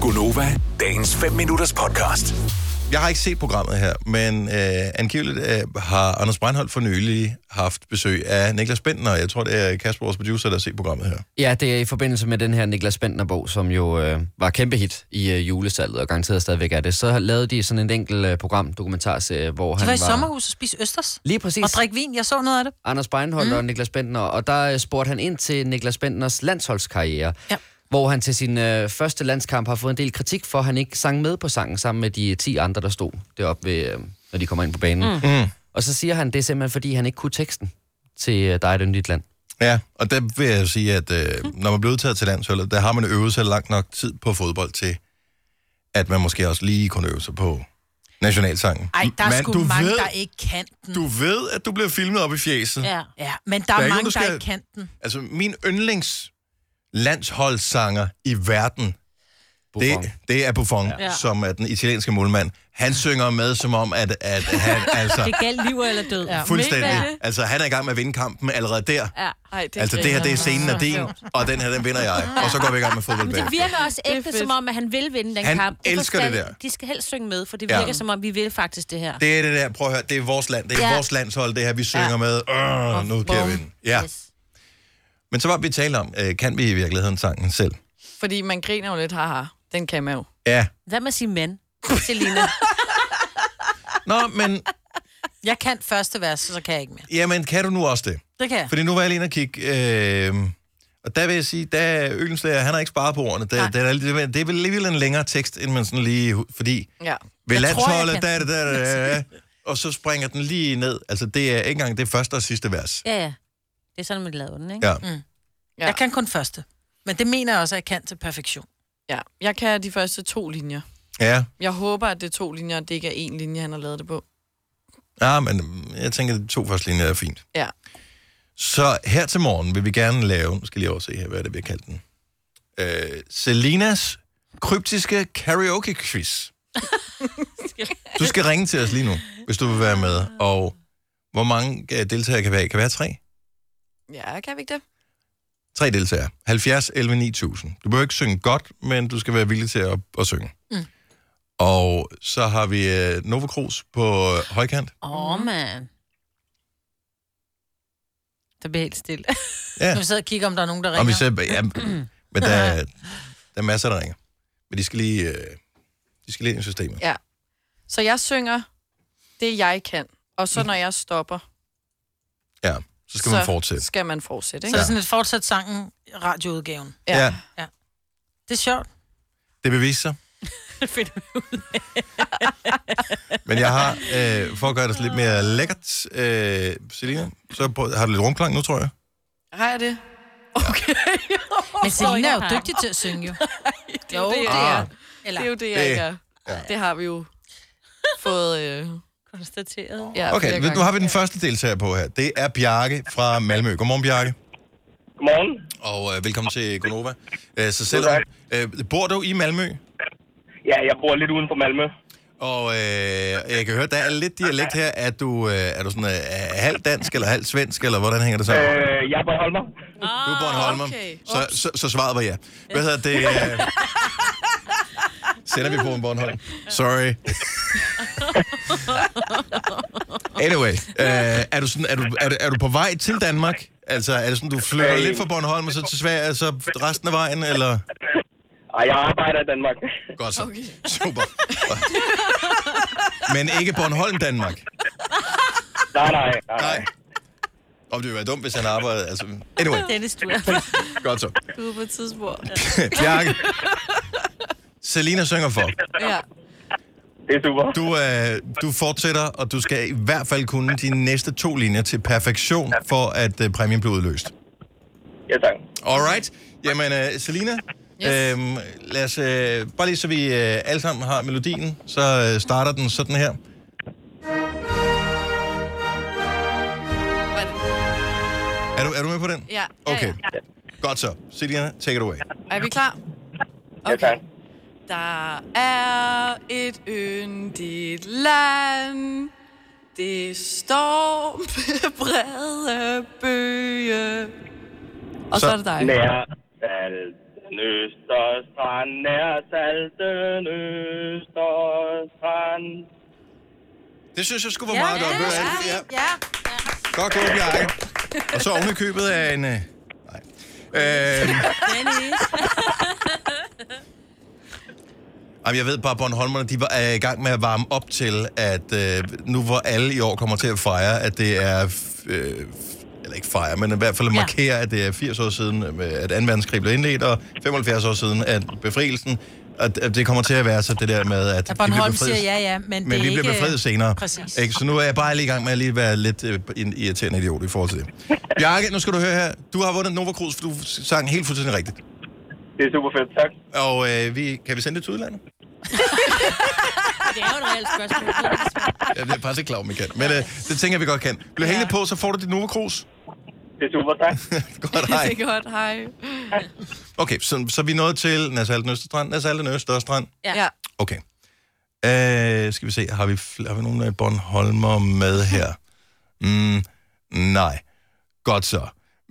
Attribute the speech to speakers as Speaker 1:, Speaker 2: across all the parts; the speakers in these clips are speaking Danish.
Speaker 1: Gunova, dagens 5 minutters podcast.
Speaker 2: Jeg har ikke set programmet her, men øh, angiveligt øh, har Anders Breinholt for nylig haft besøg af Niklas Bentner. Jeg tror, det er Kasper, vores producer, der har set programmet her.
Speaker 3: Ja, det er i forbindelse med den her Niklas Bentner-bog, som jo øh, var kæmpe hit i øh, julesalget, og garanteret stadigvæk er det. Så lavede de sådan en enkelt øh, program, dokumentarserie, hvor
Speaker 4: De
Speaker 3: han
Speaker 4: var
Speaker 3: var...
Speaker 4: i sommerhus og spiste østers.
Speaker 3: Lige præcis.
Speaker 4: Og drikke vin. Jeg så noget af det.
Speaker 3: Anders Breinholt mm. og Niklas Bentner, og der øh, spurgte han ind til Niklas Bentners landsholdskarriere,
Speaker 4: Ja.
Speaker 3: hvor han til sin øh, første landskamp har fået en del kritik for, at han ikke sang med på sangen sammen med de 10 andre, der stod deroppe, ved, øh, når de kommer ind på banen. Mm. Og så siger han, det er simpelthen, fordi han ikke kunne teksten til øh, dig, den dit land.
Speaker 2: Ja, og der vil jeg jo sige, at øh, når man bliver udtaget til landsholdet, der har man øvet sig langt nok tid på fodbold til, at man måske også lige kunne øve sig på nationalsangen.
Speaker 4: Ej, der er
Speaker 2: men
Speaker 4: sgu
Speaker 2: du
Speaker 4: mange,
Speaker 2: ved,
Speaker 4: der ikke kan den.
Speaker 2: Du ved, at du bliver filmet op i fjeset.
Speaker 4: Ja. ja, men der, der er,
Speaker 2: ikke nogen, der
Speaker 4: mange, der,
Speaker 2: skal-
Speaker 4: ikke kan den.
Speaker 2: Altså, min yndlings landsholdssanger i verden,
Speaker 3: Buffon.
Speaker 2: det, det er Buffon, ja.
Speaker 4: Ja.
Speaker 2: som er den italienske målmand. Han synger med, som om, at, at han altså...
Speaker 5: Det galt liv eller død. Ja.
Speaker 2: Fuldstændig. Altså, han er i gang med at vinde kampen allerede der.
Speaker 5: Ja. Ej, det
Speaker 2: Altså, det her, det er scenen af din, og den her, den vinder jeg. Og så går vi i gang med fodbold
Speaker 5: Det virker også ægte, som om, at han vil vinde den
Speaker 2: Han
Speaker 5: kamp. Hvorfor
Speaker 2: elsker det
Speaker 5: skal-
Speaker 2: der.
Speaker 5: De skal helst synge med, for det
Speaker 2: Ja.
Speaker 5: virker som om, vi vil faktisk det her.
Speaker 2: Det er det der, prøv at høre, det er vores land, det er
Speaker 5: Ja.
Speaker 2: vores landshold, det her, vi synger
Speaker 5: Ja.
Speaker 2: med. Øh, nu kan jeg vinde. Ja.
Speaker 5: Yes.
Speaker 2: Men så var vi tale om, øh, kan vi i virkeligheden sangen selv?
Speaker 6: Fordi man griner jo lidt, haha. Den kan man jo.
Speaker 2: Ja.
Speaker 5: Hvad med at sige men, Selina?
Speaker 2: Nå, men
Speaker 4: Jeg kan første vers, så kan jeg ikke mere.
Speaker 2: jamen, kan du nu også det?
Speaker 4: Det kan jeg.
Speaker 2: Fordi nu var jeg lige inde og kigge, øh, og der vil jeg sige, der er Ølenslager, han har ikke sparet på ordene. Der, der, er, det er vel alligevel en længere tekst, end man sådan lige... Fordi
Speaker 6: Ja.
Speaker 2: ved
Speaker 4: Jeg tror, jeg
Speaker 2: landsholdet,
Speaker 4: kan.
Speaker 2: der, der, der, der, der, og så springer den lige ned. Altså, det er ikke engang det første og sidste vers.
Speaker 5: ja, ja. Det er sådan, man laver den, ikke?
Speaker 2: Ja.
Speaker 4: Mm.
Speaker 6: Ja.
Speaker 4: Jeg kan kun første. Men det mener jeg også, at jeg kan til perfektion.
Speaker 6: ja. Jeg kan de første to linjer.
Speaker 2: Ja,
Speaker 6: Jeg håber, at det er to linjer, og det ikke er én linje, han har lavet det på.
Speaker 2: ja men mm, jeg tænker, at de to første linjer er fint.
Speaker 6: Ja.
Speaker 2: Så her til morgen vil vi gerne lave, nu skal jeg lige overse her, hvad er det, vi har kaldt den. Øh, Selinas kryptiske karaoke quiz. du skal ringe til os lige nu, hvis du vil være med. Og hvor mange øh, deltagere kan være? Kan være tre?
Speaker 6: Ja, kan vi ikke det?
Speaker 2: Tre deltagere. 70, 11, 9000. Du behøver ikke synge godt, men du skal være villig til at, at synge. Mm. Og så har vi øh, Nova Cruz på øh, højkant.
Speaker 5: Åh, oh, mand.
Speaker 4: Der bliver helt stille.
Speaker 2: Ja.
Speaker 4: Nu vi sidder og kigger, om der er nogen, der ringer.
Speaker 2: Om vi så, ja, men der, er- der er masser, der ringer. Men de skal lige, øh, de skal lige ind i systemet.
Speaker 6: Ja. Så jeg synger det, jeg kan. Og
Speaker 4: Mm.
Speaker 6: så når jeg stopper,
Speaker 2: Ja, så skal så. man fortsætte.
Speaker 6: skal man fortsætte.
Speaker 4: Så
Speaker 6: Ikke?
Speaker 4: er
Speaker 2: Ja.
Speaker 4: det sådan et fortsat sangen, radioudgaven.
Speaker 6: Ja.
Speaker 2: Ja,
Speaker 4: Det er sjovt.
Speaker 2: det vil vise sig. Men jeg har, øh, for at gøre det lidt mere lækkert, øh, Selina, så prøv- har du lidt rumklang nu, tror jeg.
Speaker 6: Har jeg det?
Speaker 4: Men Selina er
Speaker 5: jeg
Speaker 4: jo
Speaker 5: har.
Speaker 4: dygtig til at synge, jo.
Speaker 6: Det er jo det,
Speaker 2: Ah.
Speaker 6: jeg er.
Speaker 4: Eller,
Speaker 6: Det er jo det, jeg
Speaker 2: Det-
Speaker 6: ikke er. Det har vi jo fået... Øh,
Speaker 5: Konstateret.
Speaker 6: ja, flere
Speaker 2: Okay, nu
Speaker 6: gange.
Speaker 2: har vi den første deltager på her. Det er Bjarke fra Malmø. Godmorgen, Bjarke.
Speaker 7: Godmorgen.
Speaker 2: Og øh, velkommen til Gonova. Øh, så selvom,
Speaker 7: Tak.
Speaker 2: øh, bor du i Malmø?
Speaker 7: Ja, jeg bor lidt uden for Malmø.
Speaker 2: Og øh, jeg kan høre, der er lidt dialekt her. Er du, øh, er du sådan øh, er halvt dansk eller halvt svensk, eller hvordan hænger det sammen? Øh,
Speaker 7: Øh, jeg er på Holmer.
Speaker 2: du er Bornholmer. Okay.
Speaker 6: okay.
Speaker 2: Så, så, så svaret var ja. Hvad hedder det? Øh, sender vi på en Bornholm? Sorry. anyway, øh, er, du sådan, er, du, er, du, er du på vej til Danmark? Altså, er det sådan, du flytter
Speaker 7: Øh.
Speaker 2: lidt fra Bornholm og så til Sverige, og så resten af vejen, eller?
Speaker 7: Ej, jeg arbejder i Danmark.
Speaker 2: Godt så. Okay. Super. Men ikke Bornholm, Danmark?
Speaker 7: Nej, nej, nej.
Speaker 2: Nej. Om det ville være dumt, hvis han arbejdede. Altså, anyway,
Speaker 5: Dennis, du er
Speaker 2: godt så.
Speaker 6: Du er på et tidspunkt.
Speaker 2: Bjarke. Selina synger for.
Speaker 6: Ja.
Speaker 7: Det er super.
Speaker 2: Du, øh, du fortsætter, og du skal i hvert fald kunne de næste to linjer til perfektion, for at øh, præmien bliver udløst.
Speaker 7: Ja, tak.
Speaker 2: Alright. Jamen, øh, Selina, yes. øhm, lad os, øh, bare lige så vi øh, alle sammen har melodien, så øh, starter den sådan her. Er du, er du med på den?
Speaker 6: Ja. ja,
Speaker 2: Okay.
Speaker 6: ja.
Speaker 2: Godt så. Selina, take it away.
Speaker 6: Er vi klar?
Speaker 7: Ja, tak.
Speaker 6: Der er et yndigt land, det står med brede bøge. Og så,
Speaker 2: Så-
Speaker 6: er det dig.
Speaker 7: Nær. Al- Østerstrand er salten Østerstrand.
Speaker 2: Det synes jeg skulle være meget godt. Ved du hvad? Ja.
Speaker 4: ja.
Speaker 2: Godt gået, Bjarke. Og så oven i købet af en... øh, Nej. Øhm,
Speaker 5: Dennis.
Speaker 2: Jamen, jeg ved bare, at Bornholmerne de var, er i gang med at varme op til, at øh, nu hvor alle i år kommer til at fejre, at det er... f- Øh, f- eller ikke fejre, men i hvert fald markere, at det er 80 år siden, øh, at 2. verdenskrig blev indledt, og 75 år siden, at befrielsen... At, at det kommer til at være så det der med, at
Speaker 4: Ja,
Speaker 2: vi bliver
Speaker 4: Bornholm
Speaker 2: befriet,
Speaker 4: siger ja, ja, men,
Speaker 2: men
Speaker 4: det er
Speaker 2: vi bliver
Speaker 4: ikke...
Speaker 2: befriet senere.
Speaker 4: Præcis.
Speaker 2: Ikke? Så nu er jeg bare lige i gang med at lige være lidt øh, en irriterende idiot i forhold til det. Bjarke, nu skal du høre her. Du har vundet Nova Cruz, for du sang helt fuldstændig rigtigt.
Speaker 7: Det er super fedt, tak.
Speaker 2: Og øh, vi, kan vi sende det til udlandet?
Speaker 5: Det er jo et reelt spørgsmål. Det er det svært.
Speaker 2: Jeg bliver faktisk ikke klar, om vi kan. Men øh, det tænker jeg, vi godt kan. Bliv hængende på, så får du dit Nova Cruz.
Speaker 7: Det er super, tak.
Speaker 2: godt,
Speaker 6: Det
Speaker 2: hej.
Speaker 6: er godt, hej.
Speaker 2: Okay, så, så vi er nået til Nasalden Østerstrand. Nasalden Østerstrand.
Speaker 5: Ja.
Speaker 6: Ja.
Speaker 2: Okay. Øh, skal vi se, har vi, fl- har vi nogen af Bornholmer med her? Mm, nej. Godt så.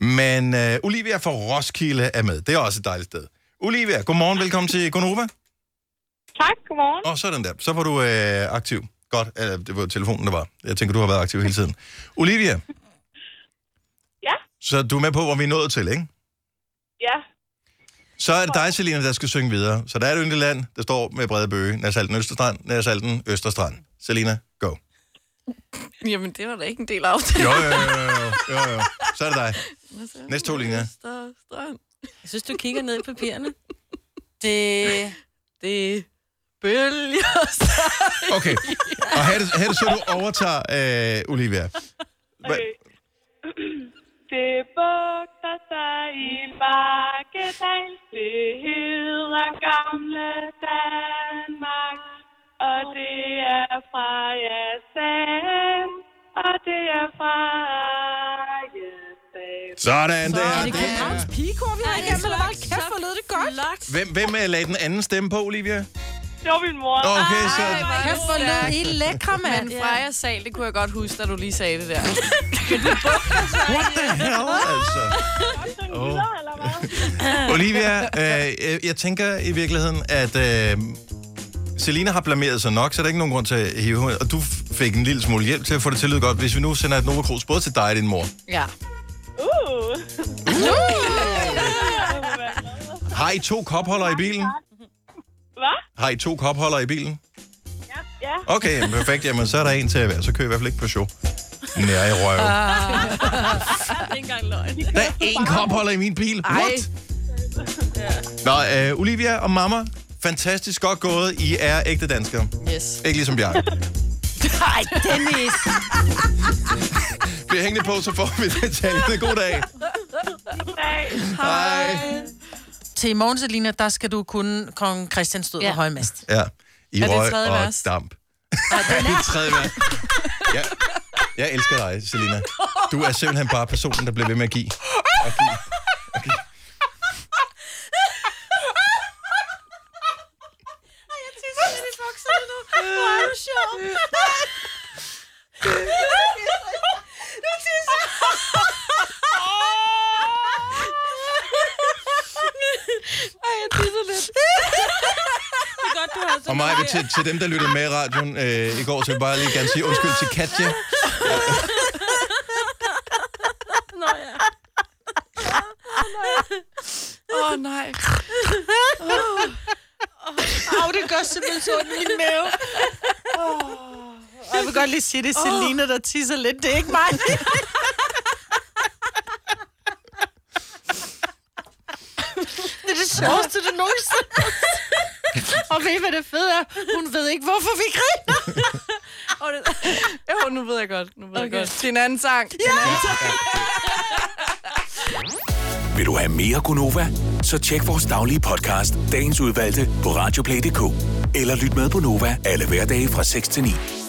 Speaker 2: Men øh, Olivia fra Roskilde er med. Det er også et dejligt sted. Olivia, godmorgen. Velkommen til Gonova.
Speaker 8: Tak, godmorgen.
Speaker 2: Og sådan der. Så var du øh, aktiv. Godt. Eller, det var telefonen, der var. Jeg tænker, du har været aktiv hele tiden. Olivia,
Speaker 8: Ja,
Speaker 2: så du er med på, hvor vi er nået til, ikke?
Speaker 8: ja,
Speaker 2: Så er det dig, Selina, der skal synge videre. Så der er et yndeland, der står med brede bøge. Nærsalten Østerstrand, Nærsalten Østerstrand. Selina, go.
Speaker 6: Jamen, det var da ikke en del af det.
Speaker 2: Jo, jo, jo, jo, jo, jo. Så er det dig. Næste to linjer.
Speaker 5: Jeg synes, du kigger ned i papirerne.
Speaker 6: Det... Det... Bølger.
Speaker 2: Okay. Og her er det, her er det så, du overtager øh, Olivia. Hva?
Speaker 8: okay. Det bugter sig i Bakkedal, det hedder gamle Danmark, og det er fra Jassam, og det er fra Jassam.
Speaker 2: Sådan der. Det
Speaker 4: Københavns pigekor, vi har igennem, eller hvad? Kæft, hvor lød det godt.
Speaker 2: Hvem, hvem øh, lagde den anden stemme på, Olivia?
Speaker 8: Det var min mor.
Speaker 2: Okay, så...
Speaker 4: Kæft, hvor lød I lækre, mand.
Speaker 6: Men Freja sal, det kunne jeg godt huske, da du lige sagde det der.
Speaker 2: What the hell, altså?
Speaker 8: Sådan
Speaker 2: Åh.
Speaker 8: Ah, videre, eller hvad?
Speaker 2: Olivia, øh, øh, jeg tænker i virkeligheden, at øh, Selina har blameret sig nok, så der er ikke nogen grund til at hive hende. Og du f- fik en lille smule hjælp til at få det til at lyde godt, hvis vi nu sender et Nova Cruz både til dig og din mor.
Speaker 6: Ja.
Speaker 8: Uh.
Speaker 2: Har I to kopholder i bilen?
Speaker 8: Hvad?
Speaker 2: Har I to kopholder i bilen?
Speaker 8: Ja, ja.
Speaker 2: Okay, jamen, perfekt. Jamen, så er der en til at være. Så kører jeg i hvert fald ikke på show. Nej, røv.
Speaker 5: Det er ikke engang løgn.
Speaker 2: Der er én kopholder i min bil. What? Nå, øh, Olivia og mamma, fantastisk godt gået. I er ægte danskere.
Speaker 6: Yes.
Speaker 2: Ikke ligesom Bjarke.
Speaker 4: Ej, Dennis.
Speaker 2: Vi er hængende på, så får vi detaljen. God dag.
Speaker 8: Hey.
Speaker 2: Hej.
Speaker 4: Til i morgen, Selina, der skal du kunne kong Christian stod ja.
Speaker 5: Ja.
Speaker 4: på højmast.
Speaker 2: Ja. I
Speaker 6: Er det
Speaker 2: røg
Speaker 6: tredje
Speaker 2: og
Speaker 6: vers?
Speaker 2: damp. Er det tredje vers? Ja. Jeg elsker dig, Selina. Du er simpelthen bare personen, der bliver ved med at give. Og give. Og give.
Speaker 5: Det er godt, du har
Speaker 2: Og mig, til, til dem, der lyttede med i radioen øh, i går, så vil jeg bare lige gerne sige undskyld til Katja.
Speaker 5: Nå, ja.
Speaker 6: Åh, oh, nej.
Speaker 4: Åh, oh, det gør simpelthen så ondt i min mave. Oh. Jeg vil godt lige sige, det er Selina, der tisser lidt. Det er ikke mig. Det er det sjoveste, du nogensinde Og ved I, hvad det fede er? Hun ved ikke, hvorfor vi griner.
Speaker 6: Jo, nu ved jeg godt. Nu ved okay. jeg godt. Det er en anden sang. Ja.
Speaker 1: Vil du have mere Gunova? Så tjek vores daglige podcast, dagens udvalgte, på radioplay.dk. Eller lyt med på Nova alle hverdage fra 6 til 9.